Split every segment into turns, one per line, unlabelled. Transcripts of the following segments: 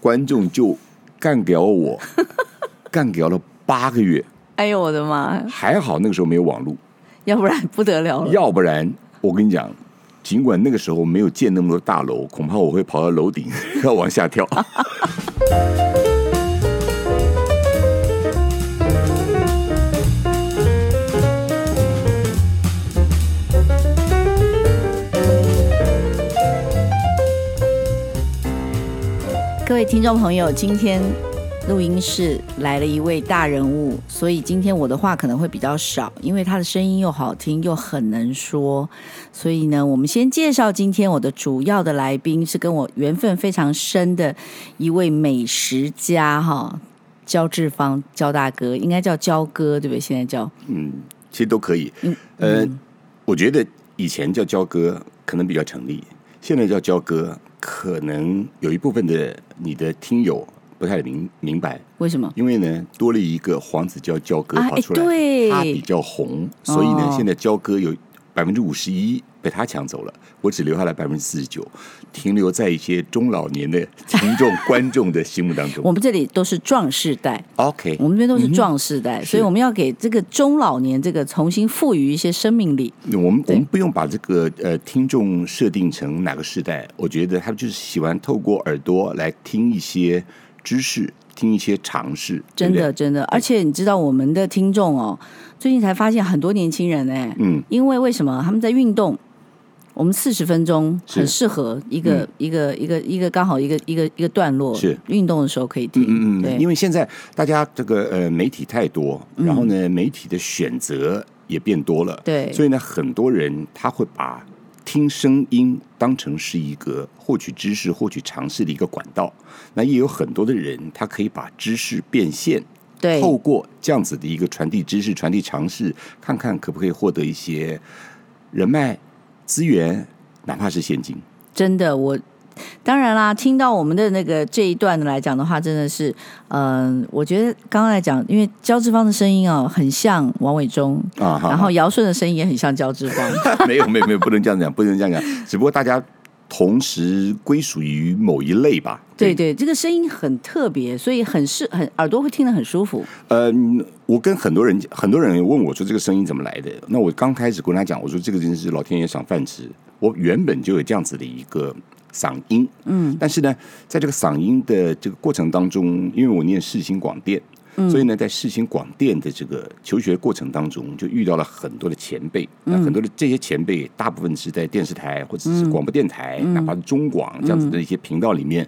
观众就干掉我，干掉了八个月。
哎呦我的妈！
还好那个时候没有网络，
要不然不得了了。
要不然我跟你讲，尽管那个时候没有建那么多大楼，恐怕我会跑到楼顶 要往下跳。
各位听众朋友，今天录音室来了一位大人物，所以今天我的话可能会比较少，因为他的声音又好听又很能说。所以呢，我们先介绍今天我的主要的来宾是跟我缘分非常深的一位美食家哈，焦志芳焦大哥，应该叫焦哥对不对？现在叫
嗯，其实都可以。呃，我觉得以前叫焦哥可能比较成立，现在叫焦哥，可能有一部分的你的听友不太明明白。
为什么？
因为呢，多了一个黄子佼佼哥
啊
跑出来，
哎对
他比较红，所以呢
哦，
现在佼哥有百分之五十一被他抢走了，我只留下来百分之四十九，停留在一些中老年的听众观众的心目当
我
中。
们这里都是壮世代，
OK，
我们这边都
嗯
是壮世代，所以我们要给这个中老年这个重新赋予一些生命力。
我们我们不用把这个呃听众设定成哪个时代，我觉得他们就是喜欢透过耳朵来听一些知识，听一些尝试，对
真
不对
的，真的，而且你知道我们的听众哦，最近才发现很多年轻人哎，
嗯，
因为为什么他们在运动？我们四十分钟
是嗯
很适合一个、一个一个一个刚好一个一个一个段落，
是
运动的时候可以听，
嗯嗯
对嗯
嗯，因为现在大家这个呃媒体太多，然后呢媒体的选择也变多了，
对
所以呢很多人他会把听声音当成是一个获取知识、获取尝试的一个管道。那也有很多的人，他可以把知识变现，
对
透过这样子的一个传递知识、传递尝试，看看可不可以获得一些人脉资源，哪怕是现金。
真的，我当然啦，听到我们的那个这一段来讲的话，真的是，嗯、我觉得刚刚来讲，因为焦志芳的声音哦，很像王伟忠。
啊，好
然后尧舜的声音也很像焦志 芳，
没有没有没有，不能这样讲，不能这样讲。只不过大家同时归属于某一类吧。
对，对，这个声音很特别，所以很适很耳朵会听得很舒服。
嗯，我跟很多人很多人问我说这个声音怎么来的？那我刚开始跟他讲，我说这个真是老天爷赏饭吃。我原本就有这样子的一个嗓音，嗯，但是呢，在这个嗓音的这个过程当中，因为我念世新广电。所以呢，在世新广电的这个求学过程当中，就遇到了很多的前辈，那很多的这些前辈，大部分是在电视台或者是广播电台，哪怕是中广这样子的一些频道里面，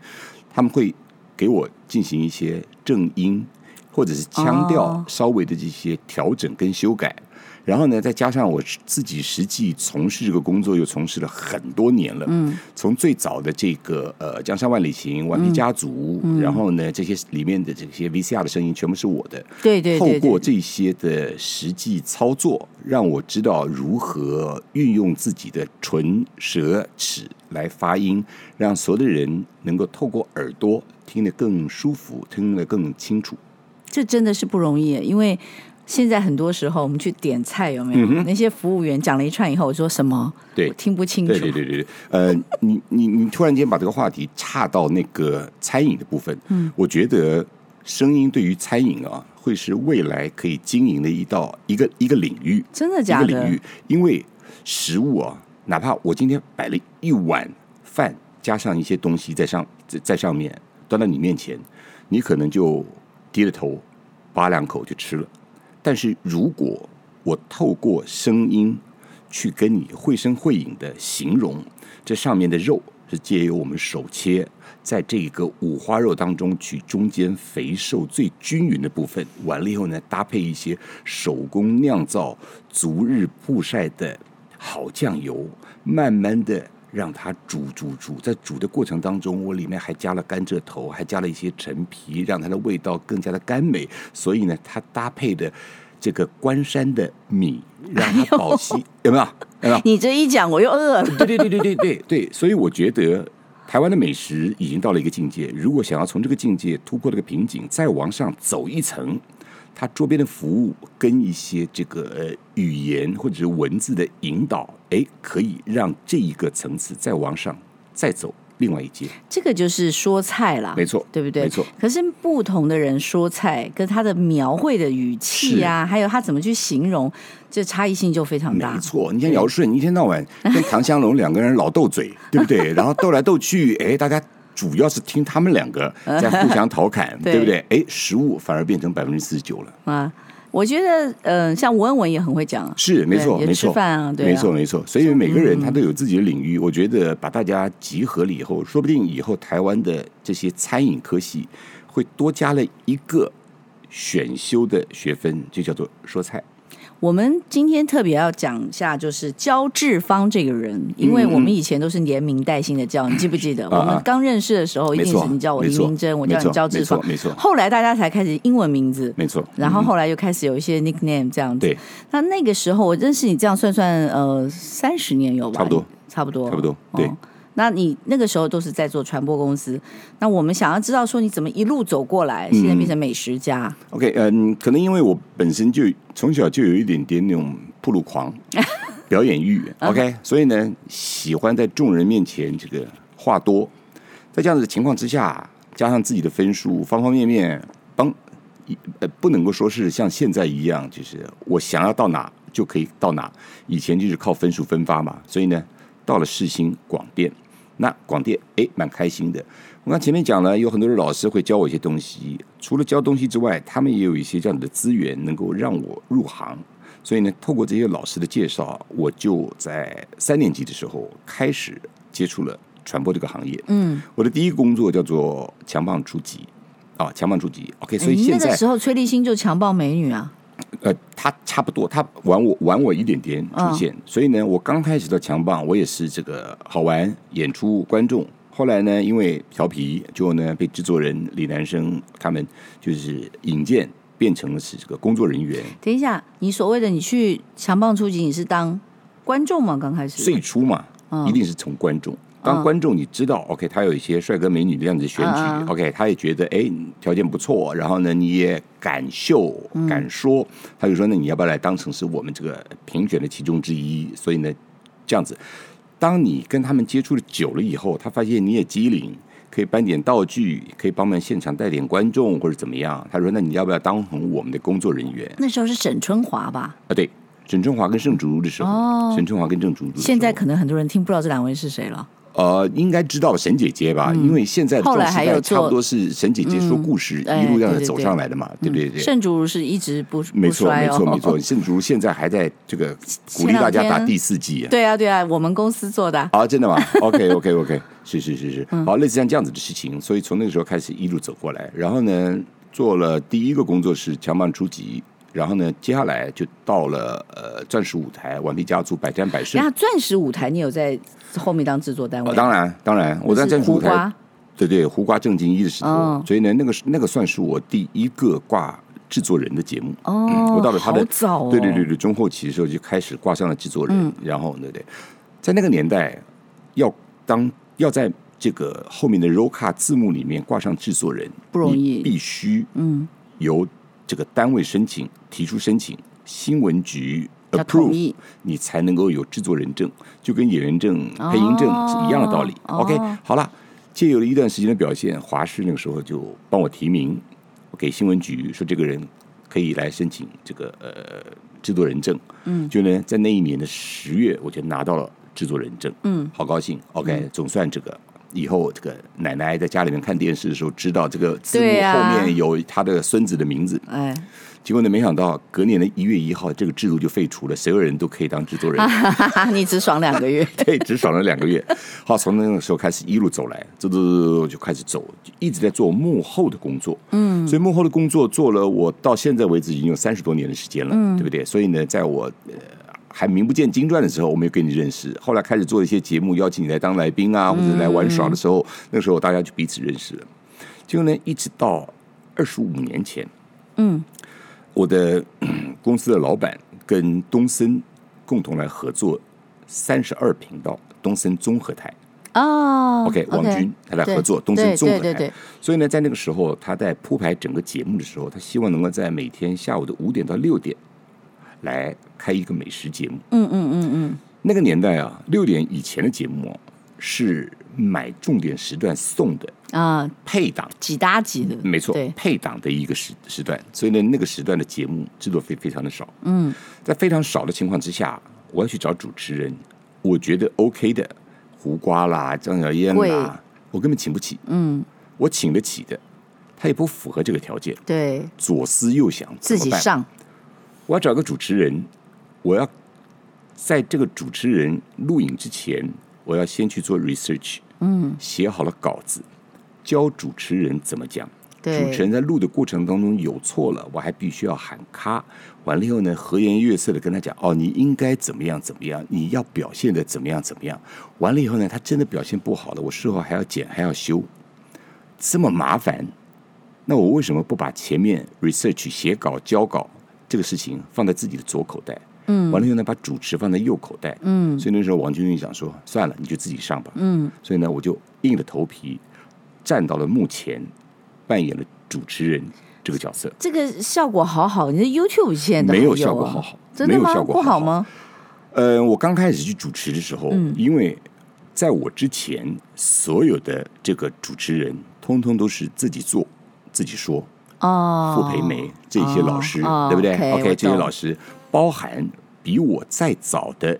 他们会给我进行一些正音或者是腔调
哦
稍微的这些调整跟修改。然后呢，再加上我自己实际从事这个工作又从事了很多年了，嗯，从最早的这个呃《江山万里行》《顽皮家族》然后呢这些里面的这些 VCR 的声音全部是我的，
对对对
透过
对，
这些的实际操作，让我知道如何运用自己的唇、舌、齿来发音，让所有的人能够透过耳朵听得更舒服，听得更清楚。
这真的是不容易，因为现在很多时候我们去点菜有
嗯
没有？那些服务员讲了一串以后，我说什么？
对
我听不清楚。
对对对对对，呃，你你你突然间把这个话题岔到那个餐饮的部分，嗯，我觉得声音对于餐饮啊，会是未来可以经营的一道一个一个领域，
真的
一
假
个
的？
领域，因为食物啊，哪怕我今天摆了一碗饭，加上一些东西在上在在上面端到你面前，你可能就低着头扒两口就吃了。但是如果我透过声音去跟你绘声绘影的形容这上面的肉是借由我们手切，在这个五花肉当中取中间肥瘦最均匀的部分，完了以后呢，搭配一些手工酿造、逐日曝晒的好酱油，慢慢的让它煮煮煮，在煮的过程当中，我里面还加了甘蔗头，还加了一些陈皮，让它的味道更加的甘美。所以呢，它搭配的这个关山的米，让它保鲜，有没有？有没有？
你这一讲，我又饿了。
对 对对对对对对，所以我觉得台湾的美食已经到了一个境界，如果想要从这个境界突破这个瓶颈，再往上走一层，它周边的服务跟一些这个呃语言或者是文字的引导，哎，可以让这一个层次再往上再走另外一界，
这个就是说菜啦，
没错，
啊对不对？
没错。
可是不同的人说菜，跟他的描绘的语气啊，还有他怎么去形容，这差异性就非常大
没。错，你像尧舜一天到晚跟唐香龙两个人老斗嘴，对不 对？然后斗来斗去，哎，大家主要是听他们两 个在互相调侃，
对
对不对？哎，食物反而变成百分之四十九了，
啊，我觉得，嗯、像吴恩文也很会讲啊，
是没错，
对
没
也吃
错。
饭啊，对嗯啊
没错，没错。所以每个人他都有自己的领域。我觉得把大家集合了以后，说不定以后台湾的这些餐饮科系会多加了一个选修的学分，就叫做说菜。
我们今天特别要讲一下，就是焦志芳这个人，因为我们以前都是连名带姓的叫，你记不记得？
嗯啊
我们刚认识的时候，一
没
定
错
是你叫我
没
林
错
明珍，我叫
没
你
错
焦志
没错
芳，
没错
后来大家才开始英文名字，
没错。
然后
嗯
后来又开始有一些 nickname 这样子。
对，
那那个时候我认识你，这样算算，呃，三十年有吧？
差不多，
差不多，
差不多对
哦那你那个时候都是在做传播公司，那我们想要知道说你怎么一路走过
嗯
来，现在变成美食家，
OK，嗯，可能因为我本身就从小就有一点点那种铺路狂、表演欲，OK，所以呢，喜欢在众人面前这个话多，在这样子的情况之下，加上自己的分数方方面面，帮一呃不能够说是像现在一样，就是我想要到哪就可以到哪，以前就是靠分数分发嘛，所以呢，到了世新广电，那广电哎蛮开心的，我刚前面讲了，有很多的老师会教我一些东西，除了教东西之外，他们也有一些这样的资源能够让我入行。所以呢，透过这些老师的介绍，我就在三年级的时候开始接触了传播这个行业。
嗯，
我的第一个工作叫做强棒初级，啊，强棒初级。OK，所以
你
现
哎那
在
个时候崔立新就强暴美女啊，
呃，他差不多，他晚我晚我一点点出现，所以呢，我刚开始的强棒，我也是这个好玩演出观众。后来呢，因为调皮，就呢被制作人李南生他们就是引荐，变成了是这个工作人员。
等一下，你所谓的你去强棒出击，你是当观众吗？刚开始
最初嘛，
嗯
一定是从观众。当观众你知道、o k 他有一些帅哥美女这样子选举、
嗯嗯
o k 他也觉得哎条件不错，然后呢你也敢秀
嗯
敢说，他就说那你要不要来当成是我们这个评选的其中之一？所以呢这样子，当你跟他们接触的久了以后，他发现你也机灵，可以搬点道具，可以帮忙现场带点观众或者怎么样，他说那你要不要当成我们的工作人员？
那时候是沈春华吧？
啊，对。沈春华跟盛竹如的时候，
哦
沈春华跟郑竹如的时候，
现在可能很多人听不知道这两位是谁了。
呃，应该知道沈姐姐吧？因为现在的
嗯后来
这种时
还
代
有做
差不多是沈姐姐说故事、
嗯
一路
哎
这样
对
子
对
走
对
上来的嘛，对不对？
圣主是一直不
没
不
错，
衰
没
哦，
错，没错。盛竹现在还在这个鼓励大家
前两
打
天
第四季啊。
对啊，对啊，我们公司做的啊。
啊，真的 吗？OK，OK，OK，、是是是是，
嗯
好，类似像这样子的事情，所以从那个时候开始一路走过来，然后呢，做了第一个工作是强棒初级，然后呢，接下来就到了呃钻石舞台、顽皮家族、百战百胜
然。后钻石舞台，你有在后面当制作单位？
哦，当然，当然，我在
那是
钻石
胡
舞台
瓜
对对，胡瓜正经一的时候，
哦
所以呢，那个是那个算是我第一个挂制作人的节目。
哦，
嗯我到了他的
好早哦，嗯
对对对，对，中后期的时候就开始挂上了制作人，然后对对，在那个年代，要当要在这个后面的 roll 卡字幕里面挂上制作人
不容易
你必须
嗯，
由这个单位申请提出申请，新闻局
要同
approve
意
你才能够有制作人证，就跟演员证、配音证
哦
是一样的道理。
哦
OK，好了，借由了一段时间的表现，华视那个时候就帮我提名，我给新闻局说这个人可以来申请这个呃制作人证。嗯，就呢，在那一年的十月，我就拿到了制作人证。嗯，好高兴。OK，、总算这个。以后这个奶奶在家里面看电视的时候，知道这个字幕
对啊
后面有她的孙子的名字，
哎，
结果呢，没想到隔年的一月一号，这个制度就废除了，所有人都可以当制作人，
哈哈，你只爽两 个月，
对，只爽了两个月。好，从那个时候开始一路走来，走走走走走就开始走，就一直在做幕后的工作。嗯，所以幕后的工作做了，我到现在为止已经有三十多年的时间了，对不对？所以呢，在我呃。还名不见经传的时候，我没有跟你认识。后来开始做一些节目，邀请你来当来宾啊，或者来玩耍的时候，那时候大家就彼此认识了。结果呢，一直到二十五年前，
嗯，
我的嗯公司的老板跟东森共同来合作三十二频道东森综合台。
哦
OK，王军他来
对
合作东森
对
综合台，
对对对
所以呢，在那个时候他在铺排整个节目的时候，他希望能够在每天下午的五点到六点来开一个美食节目。
嗯嗯嗯嗯，
那个年代啊，六点以前的节目、啊、是买重点时段送的
啊，
配档，
几搭几的，
没错
对，，
配档的一个时时段，所以呢，那个时段的节目制作费非常的少。
嗯，
在非常少的情况之下，我要去找主持人，我觉得 OK 的，胡瓜啦、张小燕
贵
啦，我根本请不起。
嗯，
我请得起的，他也不符合这个条件。
对
左思右想，怎
自
么
己
办？
上，
我要找个主持人，我要在这个主持人录影之前，我要先去做 research，
嗯，
写好了稿子，教主持人怎么讲。主持
对，
人在录的过程当中有错了，我还必须要喊咔。完了以后呢，和颜悦色的跟他讲：“哦，你应该怎么样怎么样，你要表现的怎么样怎么样。”完了以后呢，他真的表现不好了，我事后还要剪还要修，这么麻烦，那我为什么不把前面 research 写稿交稿这个事情放在自己的左口袋？嗯，完了以后呢，把主持放在右口袋。
嗯
所以那时候王军运想说：“算了，你就自己上吧。”
嗯
所以呢，我就硬着头皮站到了幕前，扮演了主持人这个角色。
这个效果好好，你的 YouTube 现在都
没有
还有
效果
啊
好好
真
没
的
有
吗？
效果
不
好
好
好
吗？
呃，我刚开始去主持的时候，
嗯
因为在我之前，所有的这个主持人通通都是自己做、自己说。
哦，
傅培梅这些老师，
哦
对不对
哦，OK，我
这些
懂
老师包含比我再早的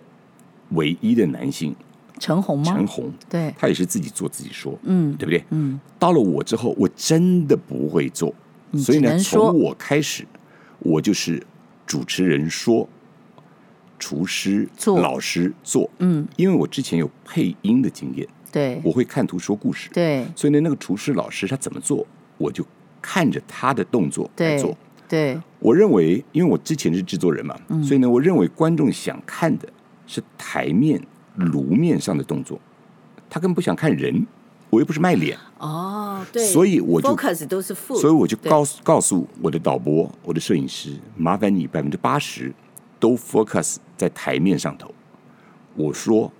唯一的男性
陈红吗
陈？红，
对，
他也是自己做自己说，
嗯
对不对？
嗯，
到了我之后，我真的不会做，
你
所以
只
呢，
能说
从我开始，我就是主持人说，厨师
做
老师做，
嗯，
因为我之前有配音的经验，
对
我会看图说故事，
对
所以呢，那个厨师老师他怎么做，我就看着他的动作来
对
做。
对，
我认为，因为我之前是制作人嘛，所以呢，我认为观众想看的是台面、炉面上的动作，他根本不想看人，我又不是卖脸。
哦
所以我就
focus 都是负，
所以我就
对
告诉告诉我的导播、我的摄影师，麻烦你百分之八十都 focus 在台面上头。我说，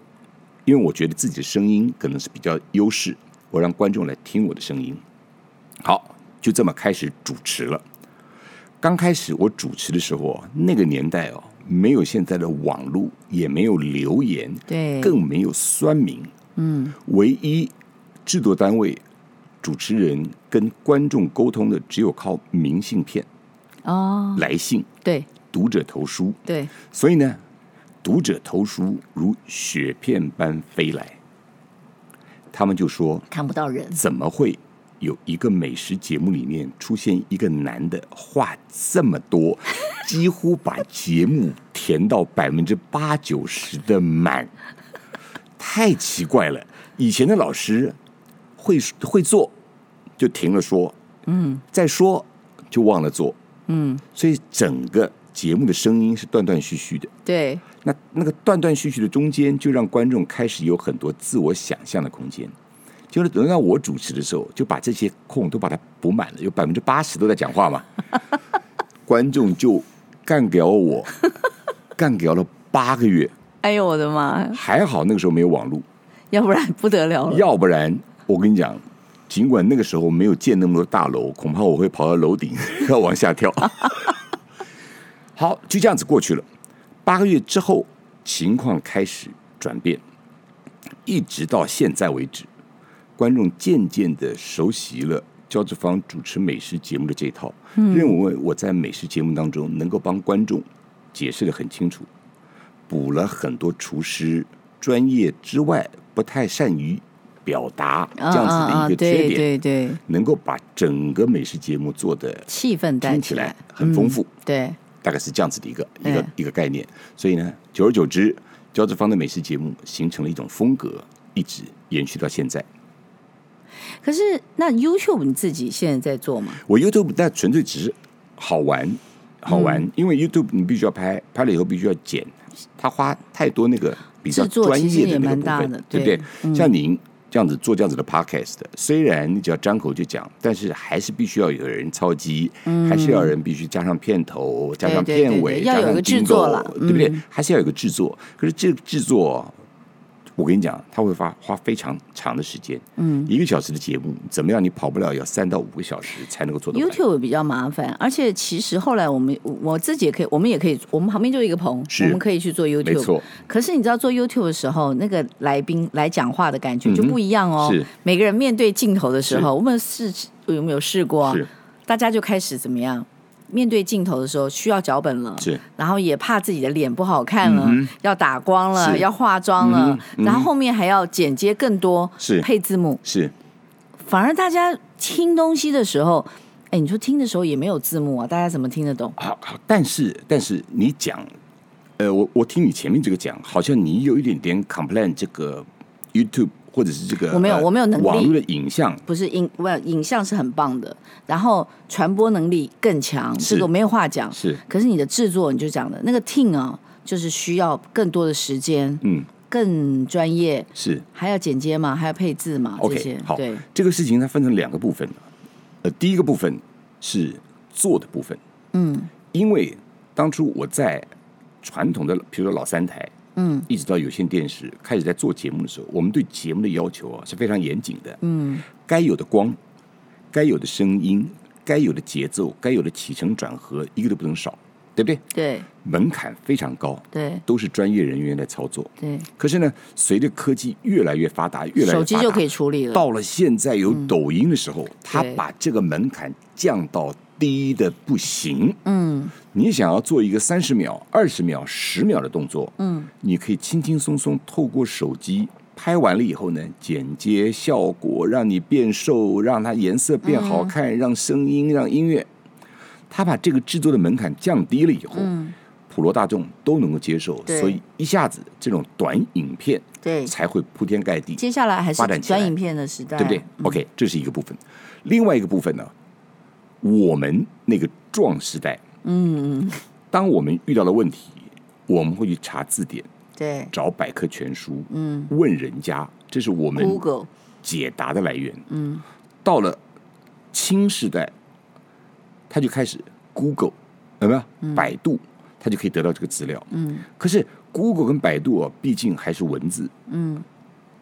因为我觉得自己的声音可能是比较优势，我让观众来听我的声音。好，就这么开始主持了。刚开始我主持的时候啊，那个年代哦，没有现在的网络，也没有留言，
对
更没有酸民。
哎嗯
唯一制作单位主持人跟观众沟通的只有靠明信片、
哦，
来信、
对
读者投书，
对
所以呢，读者投书如雪片般飞来。他们就说
看不到人，：“
怎么会有一个美食节目里面出现一个男的话这么多，几乎把节目填到百分之八九十的满？太奇怪了！以前的老师会会做，就停了说，嗯，再说就忘了做，
嗯
所以整个节目的声音是断断续续的。
对
那那个断断续续的中间，就让观众开始有很多自我想象的空间。就是等到我主持的时候，就把这些空都把它补满了，有百分之八十都在讲话嘛，观众就干掉我，干掉了八个月。
哎呦我的妈，
还好那个时候没有网络，
要不然不得了了，
要不然我跟你讲，尽管那个时候没有建那么多大楼，恐怕我会跑到楼顶 要往下跳。好，就这样子过去了。八个月之后，情况开始转变，一直到现在为止，观众渐渐的熟悉了。焦志芳主持美食节目的这一套，认为我在美食节目当中能够帮观众解释的很清楚，补了很多厨师专业之外不太善于表达这样子的一个缺
啊对
点，
对对，
能够把整个美食节目做的
气氛带嗯
听起来嗯很丰富，
对
大概是这样子的一个一个
哎
一个概念。所以呢，久而久之，焦志芳的美食节目形成了一种风格，一直延续到现在。
可是那 YouTube 你自己现在在做吗？
我 YouTube 但纯粹只是好玩，好玩，
嗯
因为 YouTube 你必须要拍，拍了以后必须要剪，它花太多那个比较
制作
专
其实
业的
也
那个
蛮
部
大
分
的，
对不
对嗯
对？像您这样子做这样子的 Podcast，虽然你只要张口就讲，但是还是必须要有人操机，还是要有人必须加上片头、加上
嗯对对对
片
对
尾，
要
加
有
上
个制嗯
jingle，
作啦
对不对？还是要有个制作。可是这个制作。我跟你讲，他会花花非常长的时间，
嗯，
一个小时的节目，怎么样？你跑不了要三到五个小时才能够做得完。
YouTube 比较麻烦，而且其实后来我们我自己也可以，我们也可以，我们旁边就有一个棚，
是
我们可以去做
没
YouTube。
错，
可是你知道做 YouTube 的时候，那个来宾来讲话的感觉就不一样哦。
嗯是
每个人面对镜头的时候，我们试有没有试过啊？
是
大家就开始怎么样？面对镜头的时候需要脚本了，
是
然后也怕自己的脸不好看了，
嗯哼
要打光了，
是
要化妆
嗯
了
哼，嗯哼
然后后面还要剪接更多，
是
配字幕。
是，
反而大家听东西的时候，哎，你说听的时候也没有字幕啊，大家怎么听得懂？
好好，但是但是你讲，呃，我我听你前面这个讲，好像你有一点点 complain 这个 YouTube 或者是这个
我没有
呃
我没有能力
网络的影像
不是影不影像是很棒的，然后传播能力更强，
是
这个没有话讲。
是
可是你的制作，你就讲的那个 team 啊，就是需要更多的时间，
嗯
更专业，
是
还要剪接嘛，还要配置嘛，这
OK
些
好
对，
这个事情它分成两个部分，呃，第一个部分是做的部分，
嗯
因为当初我在传统的，比如说老三台，
嗯
一直到有线电视开始在做节目的时候，我们对节目的要求啊是非常严谨的。
嗯，
该有的光，该有的声音，该有的节奏，该有的起承转合，一个都不能少，对不对？
对
门槛非常高，
对
都是专业人员来操作。
对，
可是呢，随着科技越来越发达，越来越
手机就可
以。
以处理了。
到了现在有抖音的时候，他
嗯对
把这个门槛降到低的不行。
嗯
你想要做一个三十秒、二十秒、十秒的动作，
嗯，
你可以轻轻松松透过手机拍完了以后呢，剪接效果让你变瘦，让它颜色变好
嗯
看，让声音、让音乐，他把这个制作的门槛降低了以后，
嗯
普罗大众都能够接受，
对
所以一下子这种短影片
对。
才会铺天盖地，
接下来还是
发展起来
短影片的时代，
对不对、o k 这是一个部分。另外一个部分呢，我们那个壮时代，
嗯嗯，
当我们遇到了问题，我们会去查字典，
对，
找百科全书，
嗯
问人家，这是我们
，Google，
解答的来源。
嗯，
到了清时代，他就开始 Google，有没有？百度，他就可以得到这个资料。
嗯
可是 Google 跟百度啊，毕竟还是文字。
嗯，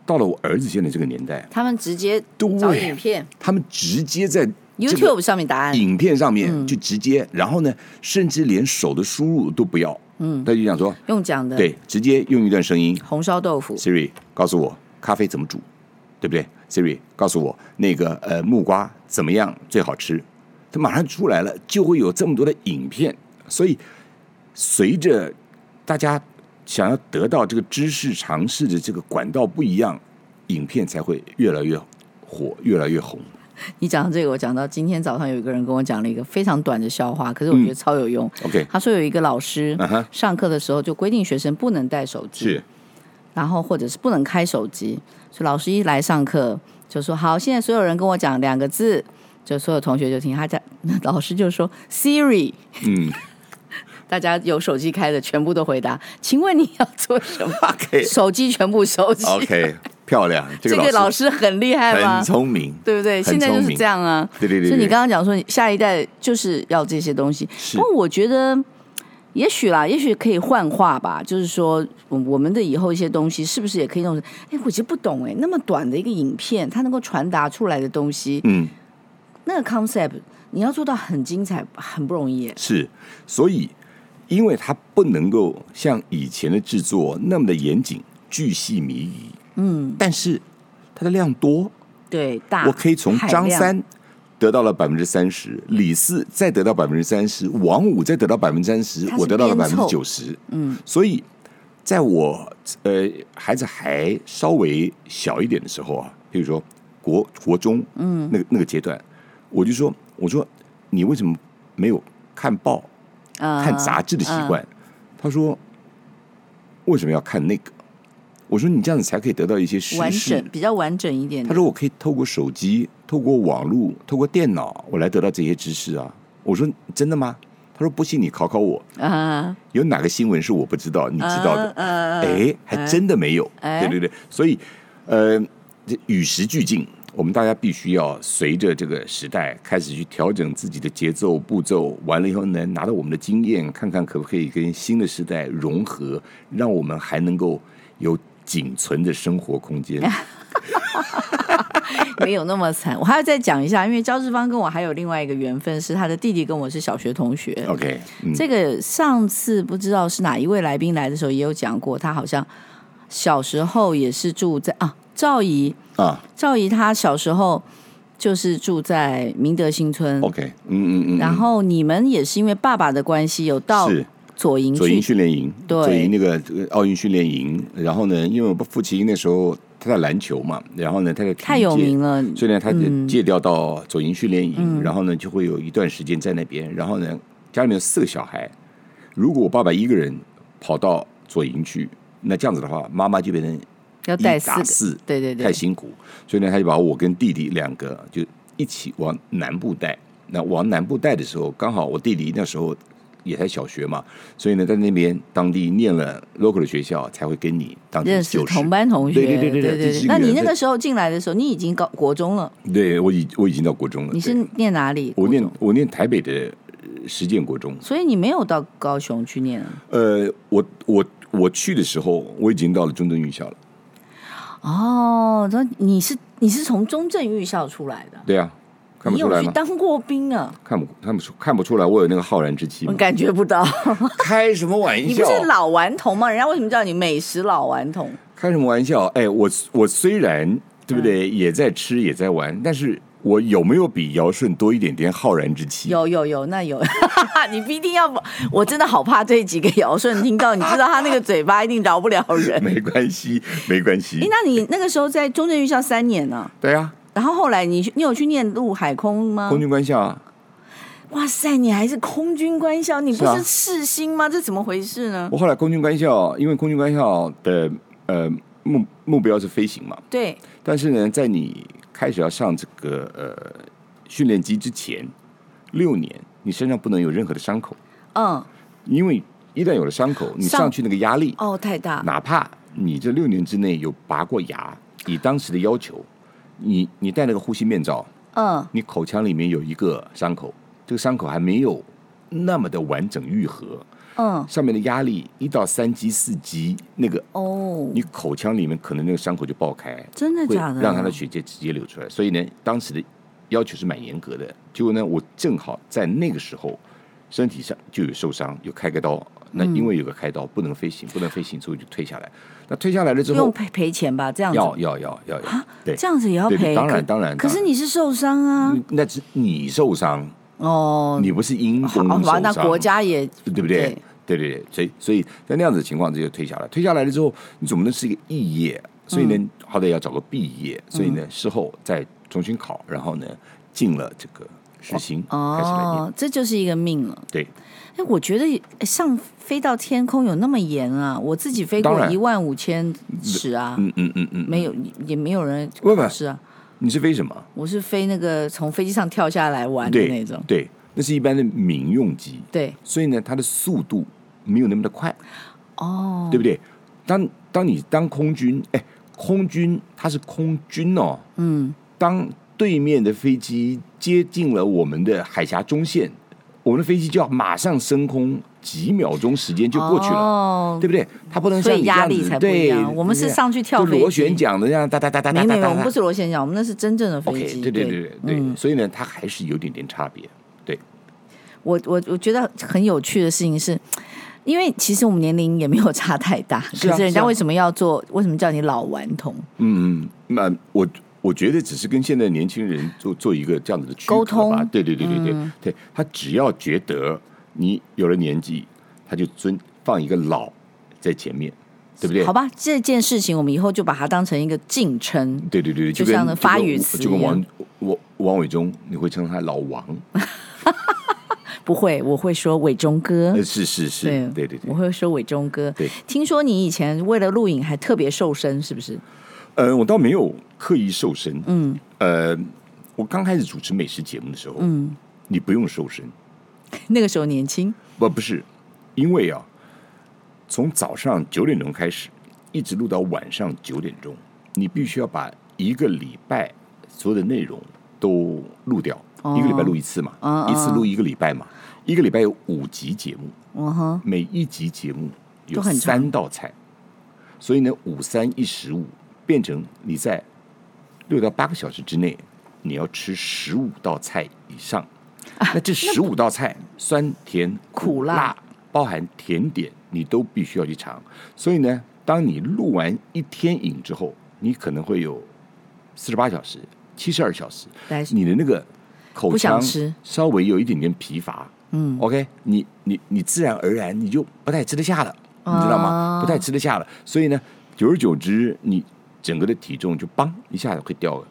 到了我儿子现在这个年代，啊
他们直接找影
对，
片
他们直接在这个
YouTube 嗯上面答案，
影片上面就直接，然后呢，甚至连手的输入都不要，
嗯，
他就讲说，
用讲的，，
对，直接用一段声音，
红烧豆腐，
Siri 告诉我咖啡怎么煮，对不对？Siri 告诉我那个呃木瓜怎么样最好吃，它马上出来了，就会有这么多的影片。所以随着大家想要得到这个知识尝试的这个管道不一样，影片才会越来越火，越来越红。
你讲到这个，我讲到今天早上有一个人跟我讲了一个非常短的笑话，可是我觉得超有用。
OK，
他说有一个老师
嗯嗯哼
上课的时候就规定学生不能带手机，
是
然后或者是不能开手机，所以老师一来上课就说好，现在所有人跟我讲两个字，就所有同学就听他讲， 老师就说 Siri，
嗯，
大家有手机开的全部都回答，请问你要做什 么？
OK
手机全部收起。
OK，漂亮，这
这
个
个
老
老
师
师很厉害吧
很？聪明，
对不对？
很
现在
聪
就是
明
这，样啊。
对对对对，
所以你刚刚讲说，你下一代就是要这些东西。
是
不过我觉得，也许啦，也许可以幻化吧。就是说，我我们的以后一些东西，是不是也可以弄成？哎，我其实不懂哎，那么短的一个影片，它能够传达出来的东西，
嗯。
那个 concept，你要做到很精彩，很不容易耶。
是，所以因为它不能够像以前的制作那么的严谨、巨细靡遗，
嗯，
但是它的量多，
对，大
我可以从
海
张
量嗯
三得到了百分之三十，李四再得到百分之三十，王五再得到百分之三十
它，是
我得到了百
边
分之
凑
九十，
嗯，
所以。在我呃孩子还稍微小一点的时候啊，比如说国国中，嗯，那个那个阶段，我就说，我说你为什么没有看报？
呃
看杂志的习惯。
啊
他说：“为什么要看那个？”我说：“你这样子才可以得到一些
嗯
实
完
事
整。比较完整一”点
他
的。
说：“我可以透过手机、透过网络、透过电脑，我来得到这些知识啊。”我说：“真的吗？”他说：“不信你考考我，
啊，
有哪个新闻是我不知道，你知道的？”
呃，
哎，还真的没有。
哎
对对对，所以呃，这与时俱进，我们大家必须要随着这个时代开始去调整自己的节奏步骤。完了以后呢，拿到我们的经验，看看可不可以跟新的时代融合，让我们还能够有仅存的生活空 间。
哎没有那么惨。我还要再讲一下，因为焦志芳跟我还有另外一个缘分，是他的弟弟跟我是小学同学。
OK，嗯，
这个上次不知道是哪一位来宾来的时候也有讲过，他好像小时候也是住在啊，赵姨，
啊
赵姨她小时候就是住在明德新村，
，OK，嗯嗯嗯，
然后你们也是因为爸爸的关系有到
是
左营
左营
去，
训练营，
对
左营那个呃奥运训练营。然后呢，因为我父亲那时候他在篮球嘛，然后呢他在体育
太有
界
名嗯了。
所以呢，他就借调到左营训练营，然后呢就会有一段时间在那边。然后呢，家里面有四个小孩，如果我爸爸一个人跑到左营去，那这样子的话，妈妈就变成
要带
一
四
打
个，
四
对对
太
对，
辛苦，所以呢，他就把我跟弟弟两个就一起往南部带。那往南部带的时候，刚好我弟弟那时候也才小学嘛，所以呢，在那边当地念了 local 的学校，才会跟你当地
认识
就是
同班同学，
对对对对
对
这是
那你那
缘
个
分
时候进来的时候，你已经高国中了，
对我已我已经到国中了。
你是
对
念哪里？
我
国
念
中
我念台北的呃实践国中，
所以你没有到高雄去念啊
呃，我我我去的时候我已经到了中正预校了。
哦？那你是你是从中正预校出来的，
对啊，看不
你
出
有
来
去
吗？
当过兵啊？
看不看不出看不出来我有那个浩然之气
我
吗？
感觉不到，
开什么玩
哦你不
笑？啊
是老顽童吗？人家为什么叫你美食老顽童？
开什么玩笑？哎，我我虽然对不
嗯
对，也在吃也在玩，但是我有没有比尧舜多一点点浩然之气？
有有有，那有， 你一定要不，我真的好怕这几个尧舜听到，你知道他那个嘴巴一定饶不了 人。
没关系，没关系
诶，。那你那个时候在中正预校三年呢、
对啊，
然后后来你去你有去念陆海空吗？
空军官校啊，
哇塞，你还是空军官校，你不
是啊
是世新吗？这怎么回事呢？
我后来空军官校，因为空军官校的呃目目标是飞行嘛，
对，
但是呢，在你开始要上这个呃训练机之前六年，你身上不能有任何的伤口，
嗯，
因为一旦有了伤口，你
上
上去那个压力，
哦，太大，
哪怕你这六年之内有拔过牙，以当时的要求，你你戴那个呼吸面罩，
嗯，
你口腔里面有一个伤口，这个伤口还没有那么的完整愈合，
嗯，
上面的压力一到三级、四级，那个
哦，
你口腔里面可能那个伤口就爆开，
真的
会
假的？
让他的血液直接流出来。所以呢，当时的要求是蛮严格的。结果呢，我正好在那个时候身体上就有受伤，有开个刀。那
嗯
因为有个开刀，不能飞行，不能飞行，所以就退下来。那退下来了之
用
后，
赔赔钱吧，这样子，
要要要要要，对
这样子也要
对，
赔，
当然
可
当然。嗯
可是你是受伤啊，
当然那是你受伤，
哦，
你不是因
好
嗯公受伤。
吧，那国家也
对不对？对对对，所以所以在那样子的情况之下就退下来，退下来了之后，你总不能是一个肄业，所以呢，
嗯
好歹要找个毕业，所以呢，事后再重新考，然后呢，进了这个实行，开始来念。
哦，这就是一个命了。
对，
哎，我觉得哎上飞到天空有那么严啊？我自己飞
当
过
然
一万五千尺啊，
嗯嗯嗯嗯，
没有也没有人
不不
是啊，
你是飞什么？
我是飞那个从飞机上跳下来玩的那
对
种，
对，那是一般的民用机，
对
所以呢，它的速度没有那么的快，
哦，
对不对？当当你当空军，哎，空军它是空军哦，
嗯，
当对面的飞机接近了我们的海峡中线，我们的飞机就要马上升空，几秒钟时间就过去了。
哦
对不对？它不能
所
像
以
你这
压
样
力
子，
才不一
对，
样我们是上去跳
就
飞机
螺旋桨的，这样哒哒哒哒哒
没
哒
没没，我
哒
们
哒。
不是螺旋桨，我们那是真正的
OK，
飞机。嗯
对对对对对，所以呢，它还是有点点差别。对，
我我我觉得很有趣的事情是，因为其实我们年龄也没有差太大，
是啊
可是人
是
家
啊
为什么要做？为什么叫你老顽童？
嗯嗯，那我我觉得只是跟现在年轻人做做一个这样子的区隔
沟
吧。
通嗯
对对对对对、对，他只要觉得你有了年纪，他就尊放一个老在前面，对不对？
好吧，这件事情我们以后就把它当成一个敬称。
对对对，
就
跟
像那
就
发
跟
语
我
词
就跟
一样嗯
王王王伟忠，你会称他老王？
不会，我会说伟忠哥。
呃，是是是，对对
我
对，
会说伟忠哥。
对，
听说你以前为了录影还特别瘦身，是不是？
呃，我倒没有刻意瘦身，嗯，呃，我刚开始主持美食节目的时候，嗯，你不用瘦身，
那个时候年轻，
不不是，因为啊，从早上九点钟开始，一直录到晚上九点钟，你必须要把一个礼拜所有的内容都录掉，一个礼拜录一次嘛，
哦哦
一次录一个礼拜嘛，一个礼拜有五集节目。
嗯哼，
每一集节目有
都很长
三道菜，所以呢，五三一十五变成你在六到八个小时之内，你要吃十五道菜以上。那这十五道菜，酸甜
啊苦
苦
辣
辣，包含甜点，你都必须要去尝。所以呢，当你录完一天影之后，你可能会有四十八小时、七十二小时，
来，
你的那个口
不想
腔
吃
稍微有一点点疲乏，
嗯，
OK，你你你自然而然你就不太吃得下了，你知道吗？
哦
不太吃得下了，所以呢，久而久之，你整个的体重就嘣一下子会掉了。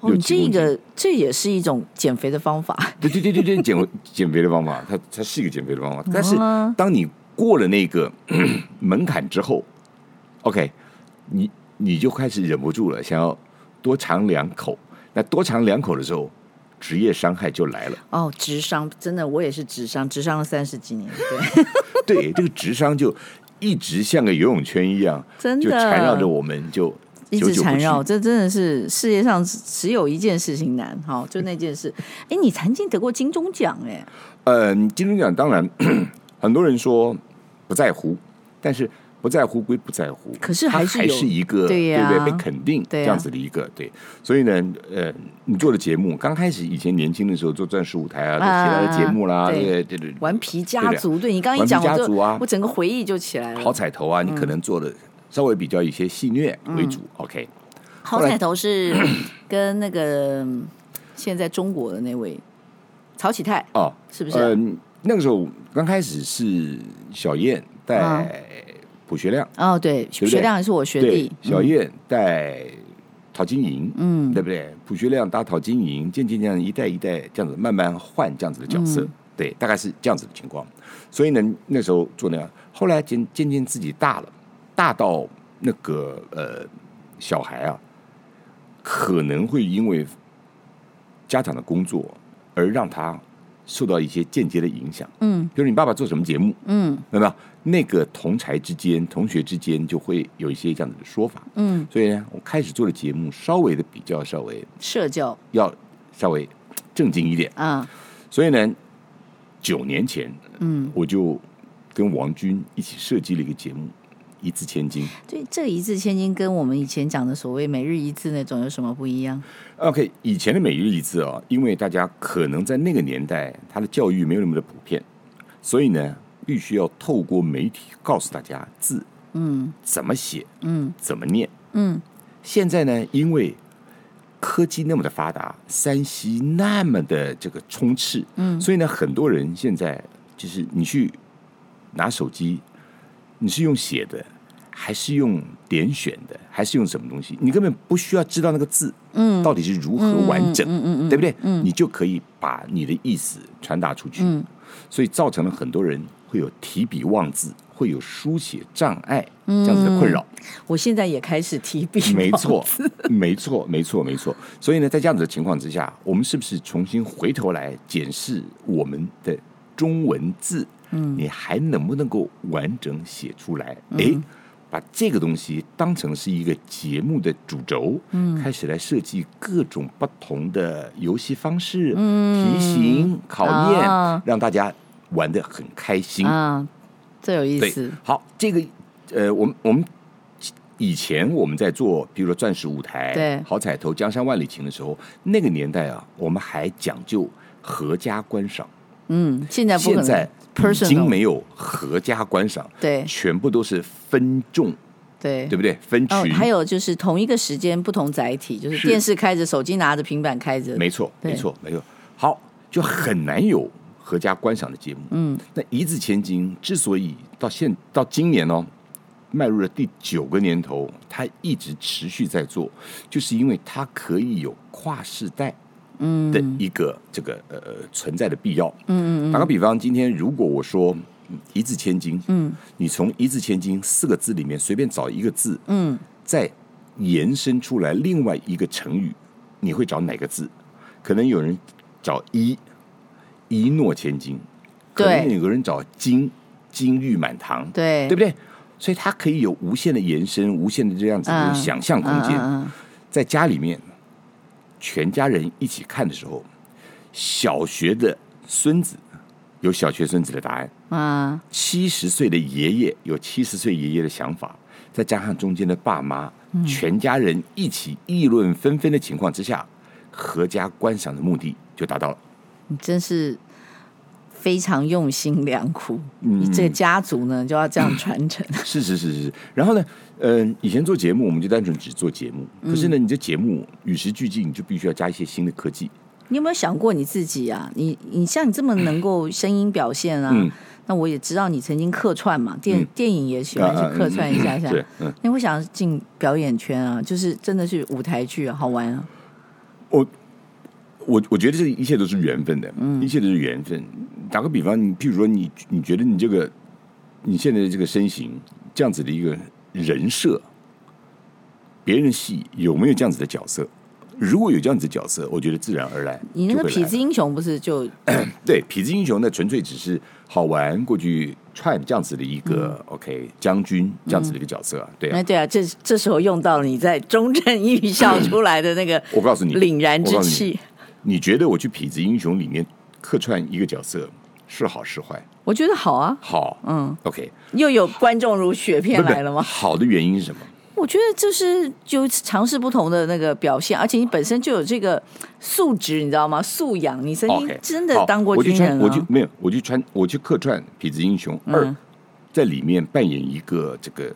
哦
有，几
这
公斤
个这也是一种减肥的方法，
对对对对对，减 减肥的方法，它它是一个减肥的方法，但是
嗯
当你过了那个 门槛之后，OK，你你就开始忍不住了，想要多尝两口。那多尝两口的时候，职业伤害就来了。
哦，智商真的，我也是智商，智商了三十几年，对。
对，这个智商就一直像个游泳圈一样，
真的
就缠绕着我们，就
一
久
直
久不
缠
去
绕，这真的是世界上只有一件事情难，哈，就那件事。哎，你曾经得过金钟奖，哎，
呃，金钟奖当然 很多人说不在乎，但是不在乎归不在乎，
可是
它
还
还
是有
一个
对呀
不对？被肯定
对呀
这样子的一个对，所以呢，呃，你做的节目刚开始以前年轻的时候做钻石舞台啊，做其他的节目啦，
啊对
对对对，
顽皮家族，对你刚刚一
顽皮
讲，我
家
就
族啊
我整个回忆就起来了。
好彩头啊，你
嗯
可能做的稍微比较以一些戏谑为主、o k
好
后来
彩头是跟那个嗯现在中国的那位曹启泰，
哦，
是不是
呃，那个时候刚开始是小燕
嗯
带卜学亮，
哦，对，
不对
学亮也是我学
对
弟，，
小
嗯
燕带陶晶莹，
嗯
对不对？卜学亮搭陶晶莹，渐渐这样一代一代这样子慢慢换这样子的角色，
嗯
对，大概是这样子的情况。所以呢，那时候做那样，后来渐渐渐自己大了，大到那个呃小孩啊，可能会因为家长的工作而让他受到一些间接的影响。
嗯
比如你爸爸做什么节目，
嗯
有没有？那个同才之间、同学之间就会有一些这样子的说法。
嗯，
所以呢，我开始做的节目稍微的比较稍微
社交
要稍微正经一点。
啊，
所以呢，九年前
嗯，
我就跟王军一起设计了一个节目《一字千金》。
对，这一字千金跟我们以前讲的所谓每日一字那种有什么不一样？
OK，以前的每日一字啊、因为大家可能在那个年代，他的教育没有那么的普遍，所以呢，必须要透过媒体告诉大家字
嗯
怎么写、
嗯
怎么念。
嗯，
现在呢，因为科技那么的发达，山西那么的这个充斥，
嗯
所以呢，很多人现在就是你去拿手机，你是用写的，还是用点选的，还是用什么东西？你根本不需要知道那个字，
嗯
到底是如何完整，
嗯嗯嗯嗯
对不对？
嗯
你就可以把你的意思传达出去，
嗯
所以造成了很多人会有提笔忘字，会有书写障碍
嗯
这样子的困扰。
我现在也开始提笔，
没错，没错，没错，没错。所以呢，在这样子的情况之下，我们是不是重新回头来检视我们的中文字？嗯，你还能不能够完整写出来？
嗯
诶，把这个东西当成是一个节目的主轴，嗯，开始来设计各种不同的游戏方式、
嗯
题型、考验，
啊
让大家玩的很开心。
啊，这有意
对
思，，
好，这个呃，我们我们以前我们在做，比如说钻石舞台、
对
好彩头、江山万里情的时候，那个年代啊，我们还讲究合家观赏，
嗯，现在不可
现
能
在已
personal
经没有合家观赏，
对
全部都是分众，
对
对。不对？分
哦，
群，
还有就是同一个时间不同载体，就是
是
电视开着，手机拿着，平板开着，
没错，
对
没错，没错。好，就很难有合家观赏的节目。
嗯，
那一字千金之所以到现到今年哦，迈入了第九个年头，它一直持续在做，就是因为它可以有跨世代
嗯
的一个这个呃呃存在的必要。
嗯嗯
打个比方，今天如果我说嗯一字千金，
嗯
你从一字千金四个字里面随便找一个字，
嗯，
再延伸出来另外一个成语，你会找哪个字？可能有人找一，一诺千金；可
对
能有人找金，金玉满堂，
对
不对？所以它可以有无限的延伸，无限的这样子的
嗯
想象空间。
嗯嗯嗯
在家里面，全家人一起看的时候，小学的孙子有小学孙子的答案，
嗯啊，
七十岁的爷爷有七十岁爷爷的想法，再加上中间的爸妈，全家人一起议论纷纷的情况之下，合家观赏的目的就达到了。
你真是非常用心良苦。
嗯
你这个家族呢，就要这样传承。
是是是是是。然后呢，嗯、以前做节目我们就单纯只做节目，可是呢，你这节目与时俱进，你就必须要加一些新的科技。
你有没有想过你自己啊？你你像你这么能够声音表现啊？
嗯
那我也知道你曾经客串嘛，电、
嗯
电影也喜欢去客串一下下。
对，嗯，
那会想进表演圈啊，就是真的是舞台剧、啊、好玩啊。
我我觉得这一切都是缘分的，
嗯
一切都是缘分。打个比方，你譬如说你，你觉得你这个你现在的这个身形，这样子的一个人设，别人戏有没有这样子的角色？如果有这样子的角色，我觉得自然而然
你那个
就会来
痞子英雄不是就
对痞子英雄呢，纯粹只是好玩过去串这样子的一
嗯
个、OK 将军这样子的一个角色，对啊
哎，对啊，这这时候用到了你在中正艺校出来的那个
我告诉你
凛然之气。
你觉得我去痞子英雄里面客串一个角色是好是坏？
我觉得好啊，
好，嗯，OK，
又有观众如雪片
不是
来了吗？
好的原因是什么？
我觉得就是就尝试不同的那个表现，而且你本身就有这个素质，你知道吗？素养，你曾
哦 OK，
经哎真的当过
好
军人
我就穿，
啊
我就没有，我就穿，我去客串《痞子英雄二》
嗯
在里面扮演一个这个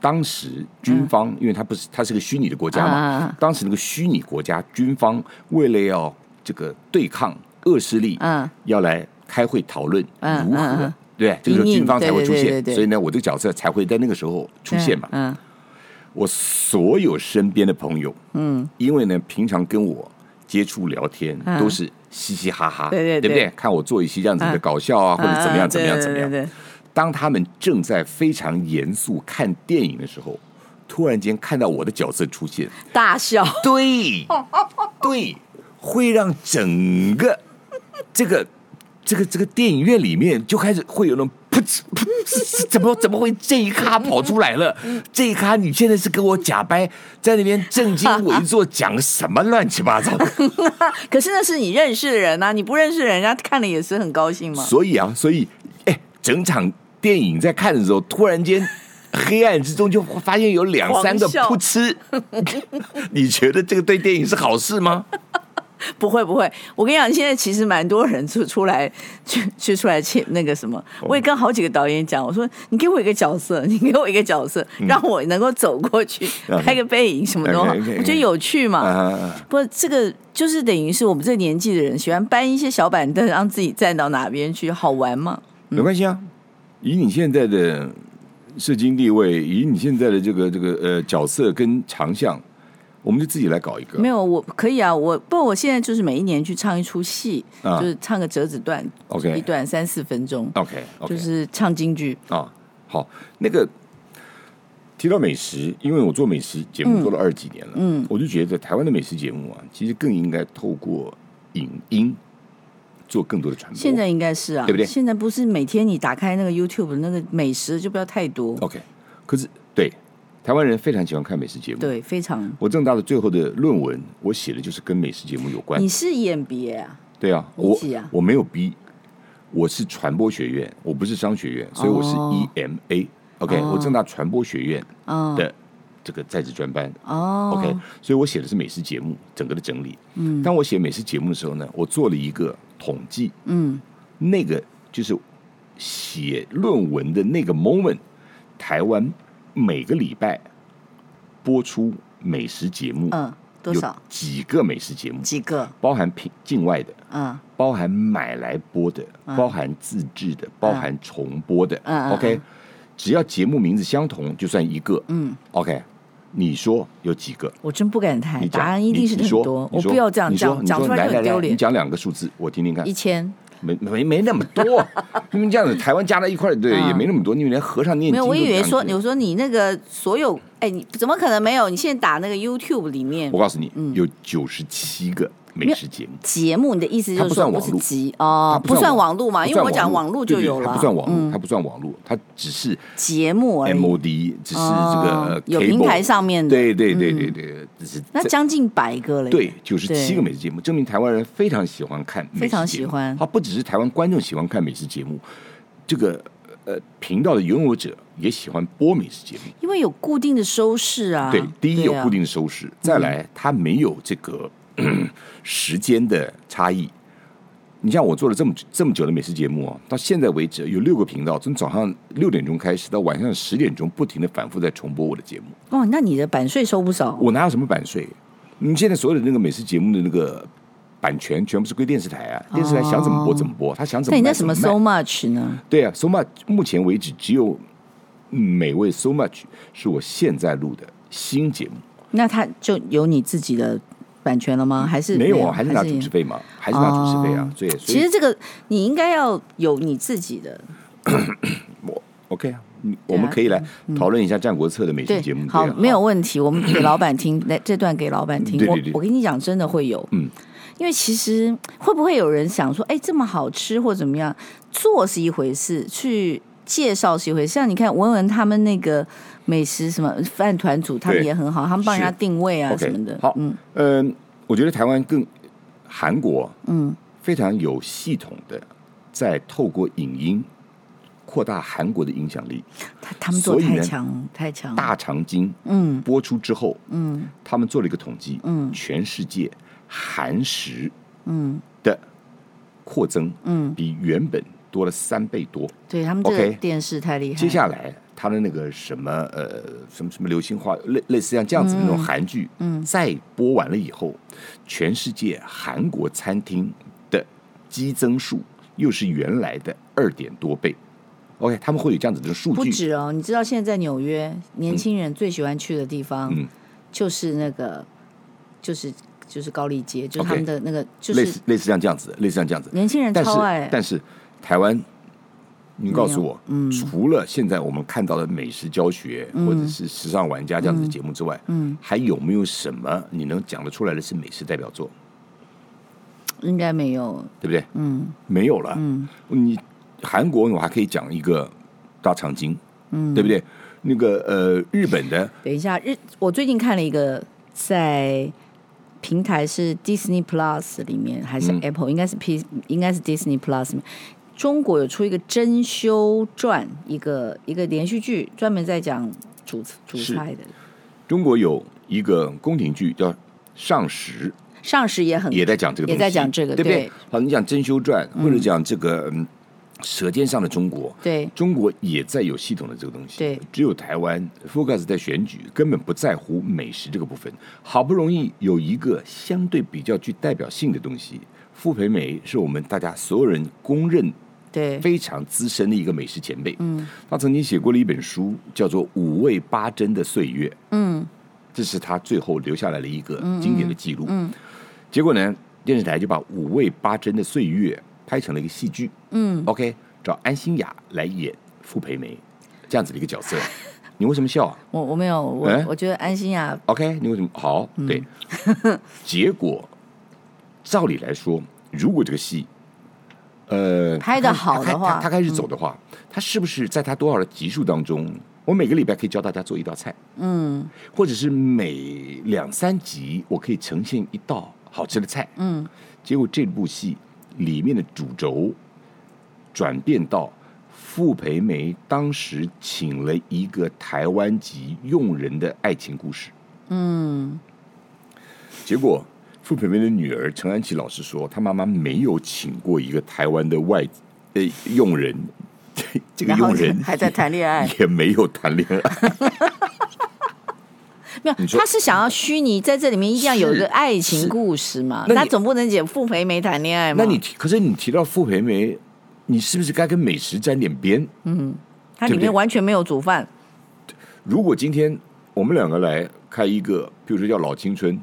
当时军方，因为他不是他是个虚拟的国家嘛，
嗯啊
当时那个虚拟国家军方为了要这个对抗恶势力，
嗯
要来开会讨论
嗯
如何。
嗯嗯
对，这个时候
因应
军方才会出现，
对对对对对
所以呢，我这个角色才会在那个时候出现嘛。
嗯，
我所有身边的朋友，嗯，因为呢，平常跟我接触聊天、
嗯
都是嘻嘻哈哈，
对对对嗯
不对？看我做一些这样子的搞笑啊，或者怎么样怎么样怎么样。
啊对对对对
当他们正在非常严肃看电影的时候，突然间看到我的角色出现，
大笑，
对，对，会让整个这个这个这个电影院里面就开始会有那种噗嗤噗嗤，怎么怎么会这一咖跑出来了？
嗯
这一咖你现在是跟我假掰，在那边正襟危坐讲什么乱七 八糟？
可是那是你认识的人呐、你不认识的人人家看了也是很高兴嘛。
所以啊，所以哎，整场电影在看的时候，突然间。黑暗之中就发现有两三个
狂笑
噗嗤， 你觉得这个对电影是好事 吗？
不会不会，我跟你讲，现在其实蛮多人出出来去去出来切那个什么，
哦
我也跟好几个导演讲，我说你给我一个角色， 你给我一个角色，让我能够走过去
嗯
拍个背影什么的，哦
OK，OK，OK
我觉得有趣嘛。
啊，
不过这个就是等于是我们这年纪的人喜欢搬一些小板凳，让自己站到哪边去，好玩嘛。
没关系啊，以你现在的社经地位，以你现在的这个这个呃角色跟长项，我们就自己来搞一个。
没有，我可以啊，我不，过我现在就是每一年去唱一出戏，
啊
就是唱个折子段
OK
一段三四分钟
OK OK
就是唱京剧。
啊，好，那个提到美食，因为我做美食节目做了二十几年了，嗯，我就觉得台湾的美食节目啊，其实更应该透过影音做更多的传播。
现在应该是啊，
对不对
现在不是每天你打开那个 YouTube 那个美食就不要太多，
OK，可是对台湾人非常喜欢看美食节目。
对，非常。
我正大的最后的论文，我写的就是跟美食节目有关的
你是演别啊？
对啊，
你
我
几啊
我没有 B，我是传播学院，我不是商学院，所以我是
哦
EMA、OK，
哦
我正大传播学院
哦
的这个在职专班。
哦
OK，所以我写的是美食节目整个的整理。嗯，当我写美食节目的时候呢，我做了一个统计，
嗯，
那个就是写论文的那个 moment，台湾每个礼拜播出美食节目，
嗯，多少？
几个美食节目，
几个？
包含平境外的，
嗯
包含买来播的，包含自制的，包含重播的。
嗯嗯
OK，
嗯
只要节目名字相同，就算一个。
嗯，
OK，你说有几个？
我真不敢
你
猜，
讲
答案一定是
你你
很
说
多，
你
我
说
不要这样
你说
讲，讲
你
出
说
来就
来
很丢
来来，你
脸。
讲两个数字，我听听看
一。千
没没没那么多，你们这样子，台湾加在一块儿，对，
嗯
也没那么多。你们连和尚念经
没有，
都
我以为
讲
说，
一
你
句
说你那个所有，哎，你怎么可能没有？你现在打那个 YouTube 里面
我告诉你，
嗯
有九十七个美食节目。
节目，你的意思就
它
是
不算
说不
网
是
络
集
它
哦，不算网络嘛？
不
因为
算
我讲网络就
对对
有
它
了，
不算网
嗯
络，它不算网络，它只是
节目而已。
MOD，只是这个呃
哦有
cable
平台上面的嗯
对对对对对，只是
那
在
将近百个嘞。
对九十七
对
个美食节目，证明台湾人非常喜欢看美食节目，
非常喜欢
他不只是台湾观众喜欢看美食节目，这个呃呃频道的拥有者也喜欢播美食节目。
因为有固定的收视啊。
对，第一有
啊
固定的收视，再来它没有这个 时间的差异。你像我做了这么这么久的美食节目啊，到现在为止有六个频道，从早上六点钟开始到晚上十点钟，不停的反复在重播我的节目。
哦，那你的版税收不少。
我哪有什么版税？你现在所有的那个美食节目的那个版权，全部是归电视台啊，电视台想怎么播怎么播，他想怎
哦
么
那你
卖
那
怎
什
么
么
卖
so much 呢？
对啊，So Much 目前为止只有嗯美味 So Much 是我现在录的新节目，
那他就有你自己的版权了吗？还是
没有
有
啊，还是拿主持费嘛，还是拿主持费啊
哦，
所以所
其
以
实这个你应该要有你自己的，
我 OK 啊，你
对
我
啊
们可以来讨论一下《战国策》的美食
对
节目，，
好，
对啊
没有问题。我们给老板 听，来这段给老板听。
对对对
我我跟你讲，真的会有，
嗯，
因为其实会不会有人想说，哎，这么好吃或怎么样，做是一回事，去介绍是一回事。像你看文文他们那个美食什么饭团组，他们
对
也很好，他们帮人家
是
定位啊
OK，
什么的。
好
嗯
嗯，我觉得台湾更韩国
嗯，
非常有系统的在透过影音扩大韩国的影响力，
他他们做
所以
太
呢
强太强，
大长今
嗯
播出之后，
嗯
他们做了一个统计，
嗯
全世界韩食
嗯
的扩增
嗯，
比原本多了三倍多。
对他们这个
OK
电视太厉害。
接下来他的那个什么呃什么什么流星花类类似像这样子的那种韩剧，
嗯
再播完了以后，全世界韩国餐厅的激增数又是原来的二点多倍。OK，他们会有这样子的数
不
据，
止哦，你知道现在在纽约，年轻人最喜欢去的地方，
嗯
就是那个，就是就是高丽街，就是
OK
他们的那个就
类
是
似类似像这样子的，类似像这样子的。
年轻人
但是
超爱。
但是台湾，你告诉
没有嗯
我，除了现在我们看到的美食教学、或者是时尚玩家这样子的节目之外，
嗯，
还有没有什么你能讲得出来的是美食代表作，
应该没有，
对不对？
嗯
没有了。
嗯
你韩国我还可以讲一个大长今，
嗯。
对不对？那个呃，日本的
等一下，日我最近看了一个在平台是 Disney Plus 里面，还是
嗯
Apple，、应该是 P，应该是 Disney Plus 里面。中国有出一个《真修传》，一个一个连续剧，专门在讲主主
是
菜的，
中国有一个宫廷剧叫《上食》，
上市也很
也在讲这个东
也
西，
在讲这个
对不对
对？
好，你讲《真修传》，或者讲这个嗯《舌尖上的中国》，
对
中国也在有系统的这个东西，
对，
只有台湾 focus 在选举，根本不在乎美食这个部分。好不容易有一个相对比较具代表性的东西，傅培梅是我们大家所有人公认
对，
非常资深的一个美食前辈，嗯，他曾经写过了一本书，叫做《五味八珍的岁月》，
嗯
这是他最后留下来的一个经典的记录。
嗯
结果呢，电视台就把《五味八珍的岁月》拍成了一个戏剧。
嗯，
OK，找安心雅来演傅培梅这样子的一个角色。你为什么笑啊
我我没有，我、
哎
我觉得安心啊呀、
？OK，你为什么好？
嗯
对，结果照理来说，如果这个戏。呃，
拍得好的话嗯
他开始走的话，他是不是在他多少的集数当中，我每个礼拜可以教大家做一道菜，
嗯
或者是每两三集我可以呈现一道好吃的菜，
嗯，
结果这部戏里面的主轴转变到傅培梅当时请了一个台湾籍佣人的爱情故事。嗯，结果傅培梅的女儿陈安琪老师说，她妈妈没有请过一个台湾的外呃佣人， 这个
然后
佣人
还在谈 恋爱，
也没有谈恋爱。
没有，
说
他是想要虚拟在这里面一定要有一
是
个爱情故事嘛，
那你
那总不能讲傅培梅谈恋爱嘛，
那你提可是你提到傅培梅，你是不是该跟美食沾点边？
它里
对不
面
对
完全没有煮饭，
如果今天我们两个来开一个，比如说叫老青春，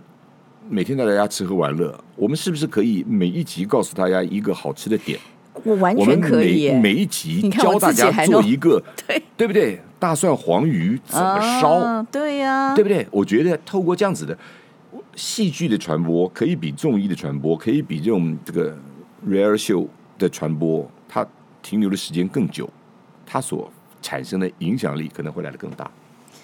每天带大家吃喝玩乐，我们是不是可以每一集告诉大家一个好吃的点？
我完
我
全
们
可以
每
耶，
每一集
你看
教
我
大
自己
家
还
做
弄
一个，
对，
对不对？大蒜黄鱼怎么烧，
啊对呀、
对不对？我觉得透过这样子的戏剧的传播，可以比综艺的传播，可以比这种这个 rare show 的传播，它停留的时间更久，它所产生的影响力可能会来的更大。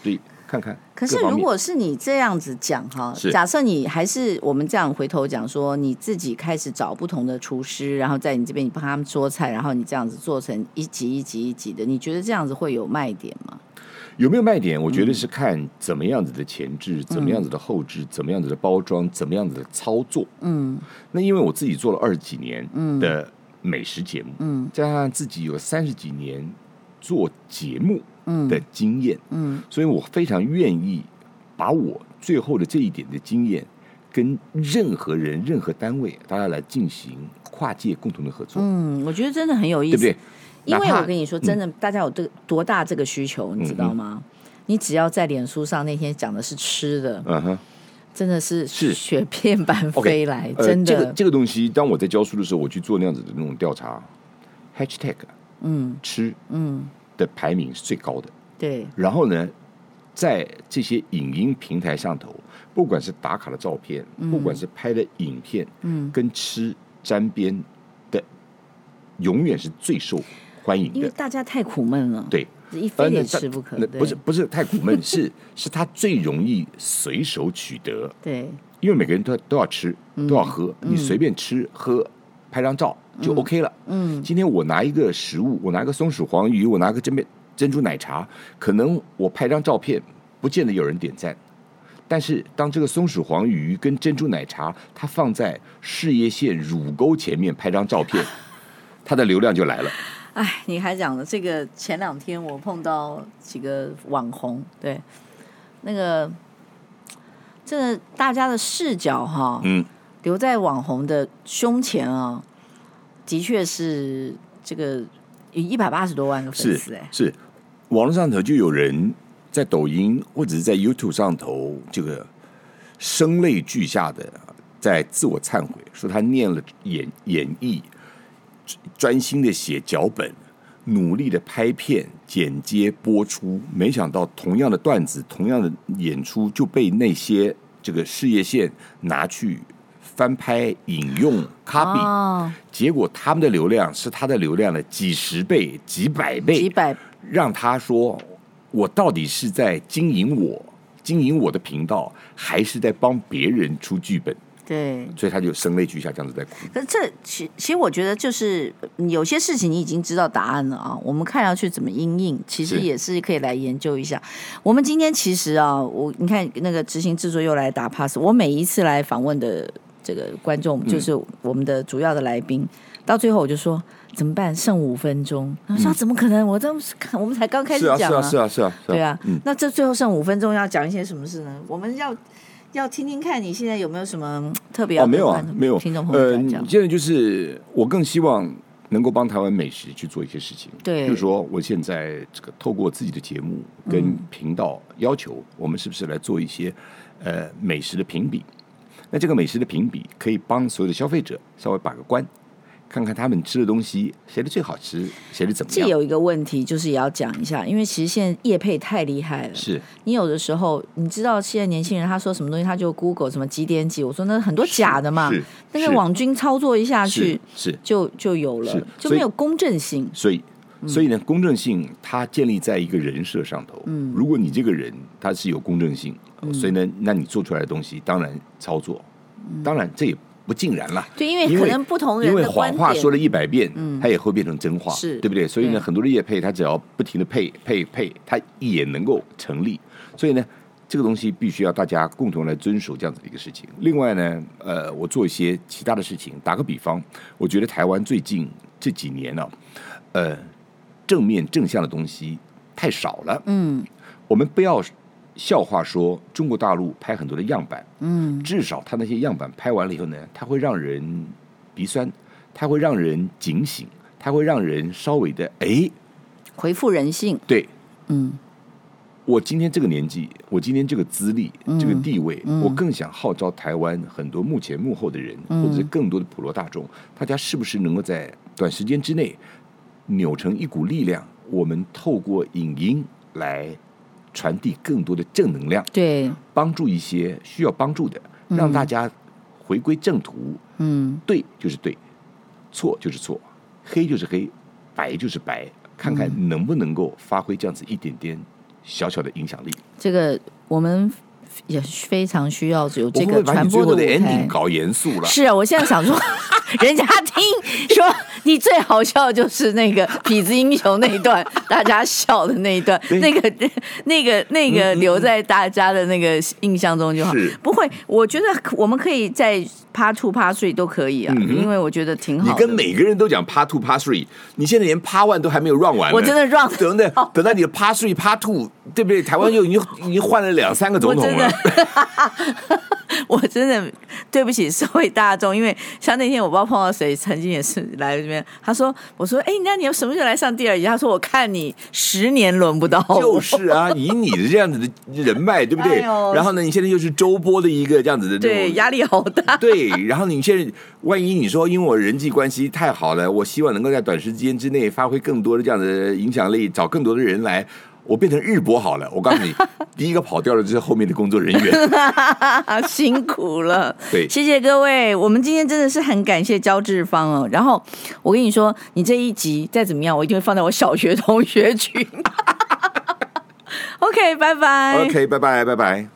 所以看看。
可是
各方
如
面
果是你这样子讲哈，
是
假设你还是我们这样回头讲说，你自己开始找不同的厨师，然后在你这边你帮他们做菜，然后你这样子做成一集一集一集的，你觉得这样子会有卖点吗？
有没有卖点，我觉
嗯
得是看怎么样子的前置，怎么样子的后置，怎么样子的包装，怎么样子的操作。
嗯
那因为我自己做了二十几年的美食节目，
嗯
加上自己有三十几年做节目
嗯
的经验，
嗯
所以我非常愿意把我最后的这一点的经验，跟任何人、任何单位，大家来进行跨界共同的合作，
嗯，我觉得真的很有意
对
思，
不对？
因为
哪怕嗯
我跟你说，真的，大家有这个多大这个需求，你知道吗？你只要在脸书上那天讲的是吃的，
嗯哼。
真的是
是
雪片般
OK，
飞来，
呃
哎真的。
这个这个东西，当我在教书的时候，我去做那样子的那种调查，#hashtag
嗯
吃
嗯，
的排名是最高的。
对，
然后呢，在这些影音平台上头，不管是打卡的照片，不管是拍的影片，
嗯，
跟吃沾边的，永远是最受欢迎
因为
的。
大家太苦闷了，，
对，
一非
呃那
得
它
吃不可，
那
对
不是不是太苦闷，是 是它最容易随手取得，
对，
因为每个人都都要吃，
嗯
都要喝，你随便吃喝，拍张照就 OK 了。
嗯
今天我拿一个食物，我拿一个松鼠黄鱼，我拿个珍贝珍珠奶茶，可能我拍张照片，不见得有人点赞。但是当这个松鼠黄鱼跟珍珠奶茶，它放在事业线乳沟前面拍张照 片，它的流量就来了。
哎，你还讲了这个？前两天我碰到几个网红，对，那个这个大家的视角哈，
嗯，
留在网红的胸前啊，的确是这个有一百八十多万个粉
是
丝哎，
是，网络上头就有人在抖音或者是
哦
在 YouTube 上头，这个声泪俱下的在自我忏悔，说他念了演演绎，专心的写脚本，努力的拍片、剪接、播出，没想到同样的段子、同样的演出就被那些这个事业线拿去翻拍、引用、copy，、
哦，
结果他们的流量是他的流量的几十倍、几百倍，
几百
让他说我到底是在经营我、经营我的频道，还是在帮别人出剧本？
对。
所以他就声泪俱下，这样子在哭。
可是这其其实我觉得就是嗯有些事情你已经知道答案了啊，我们看要去怎么应应，其实
是
也是可以来研究一下。我们今天其实啊，我你看那个执行制作又来打 pass，我每一次来访问的这个观
嗯
众就是我们的主要的来宾，到最后我就说怎么办，剩五分钟，他说、啊怎么可能，我这看我们才刚开始
嗯是啊，是
讲
啊，是啊，是啊，
对啊，
嗯，
那这最后剩五分钟要讲一些什么事呢？我们要要听听看你现在有没有什么嗯特别要
哦，没有啊
跟观，众
没有，
听众朋友
呃
讲讲，。
现在就是我更希望能够帮台湾美食去做一些事情。
对
比如说我现在这个透过自己的节目跟频道要求，我们是不是来做一些呃美食的评比？那这个美食的评比可以帮所有的消费者稍微把个关，看看他们吃的东西谁的最好吃，谁的怎么
这
样。
有一个问题，就是也要讲一下，因为其实现在业配太厉害了。
是
你有的时候，你知道现在年轻人他说什么东西，他就 Google 什么几点几，我说那很多假的嘛
是，
那个网军操作一下去
是是，
就就有了
是，
就
所以
没有公正性。
所以，所以呢，公正性它建立在一个人设上头。嗯，如果你这个人他是有公正性，所以呢，那你做出来的东西当然操作，当然这也不尽然啦。
对，因为
因
可
为
能不同
因
人
为
的观
谎话说
点，嗯
了一百遍，它也会变成真话，
是
对不对？所以
对
呢，很多的业配，它只要不停的配配配，它也能够成立。所以呢，这个东西必须要大家共同来遵守这样子的一个事情。另外呢，呃，我做一些其他的事情，打个比方，我觉得台湾最近这几年呢、呃，正面正向的东西太少了。
嗯
我们不要笑话说中国大陆拍很多的样板，
嗯
至少他那些样板拍完了以后呢，它会让人鼻酸，它会让人警醒，它会让人稍微的哎，
回复人性，
对
嗯
我今天这个年纪，我今天这个资历、
嗯
这个地位，
嗯
我更想号召台湾很多幕前幕后的人，
嗯
或者是更多的普罗大众，大家是不是能够在短时间之内扭成一股力量？我们透过影音来传递更多的正能量，
对，
帮助一些需要帮助的，让大家回归正途。
嗯
对就是对，错就是错，
嗯
黑就是黑，白就是白，看看能不能够发挥这样子一点点小小的影响力。
这个我们也是非常需要有
我会
这
不
个
会把
传
你最
播
后
舞
的 ending
台。
搞严肃了？
是啊，我现在想说， 人家听说你最好笑的就是那个痞子英雄那一段，大家笑的那一段，
对嗯
那个、那个、那个留在大家的那个印象中就好
是。
不会，我觉得我们可以在趴兔趴睡都可以啊，因为我觉得挺好
嗯你
的。
跟每个人都讲 part two part three，你现在连 part one 都还没有 run 完呢，
我真的 run
等 等等到你的 part three part two，对不对？台湾又已经已经换了两三个总统了
我，我真的对不起社会大众，因为像那天我不知道碰到谁，曾经也是来这边，他说：“我说，哎，那你什么时候来上第二集？”他说：“我看你十年轮不到我。”
就是啊，以你的这样子的人脉，对不对？
哦哎呦
然后呢，你现在又是周播的一个这样子的这
对
种。
压力好大。
对，然后你现在万一你说因为我人际关系太好了，我希望能够在短时间之内发挥更多的这样的影响力，找更多的人来，我变成日播好了。我告诉 你，第一个跑掉的就是后面的工作人员。
辛苦了，
对
谢谢各位。我们今天真的是很感谢焦志芳哦。然后我跟你说，你这一集再怎么样，我一定会放在我小学同学群。OK，拜拜。哎
OK，拜拜，拜拜。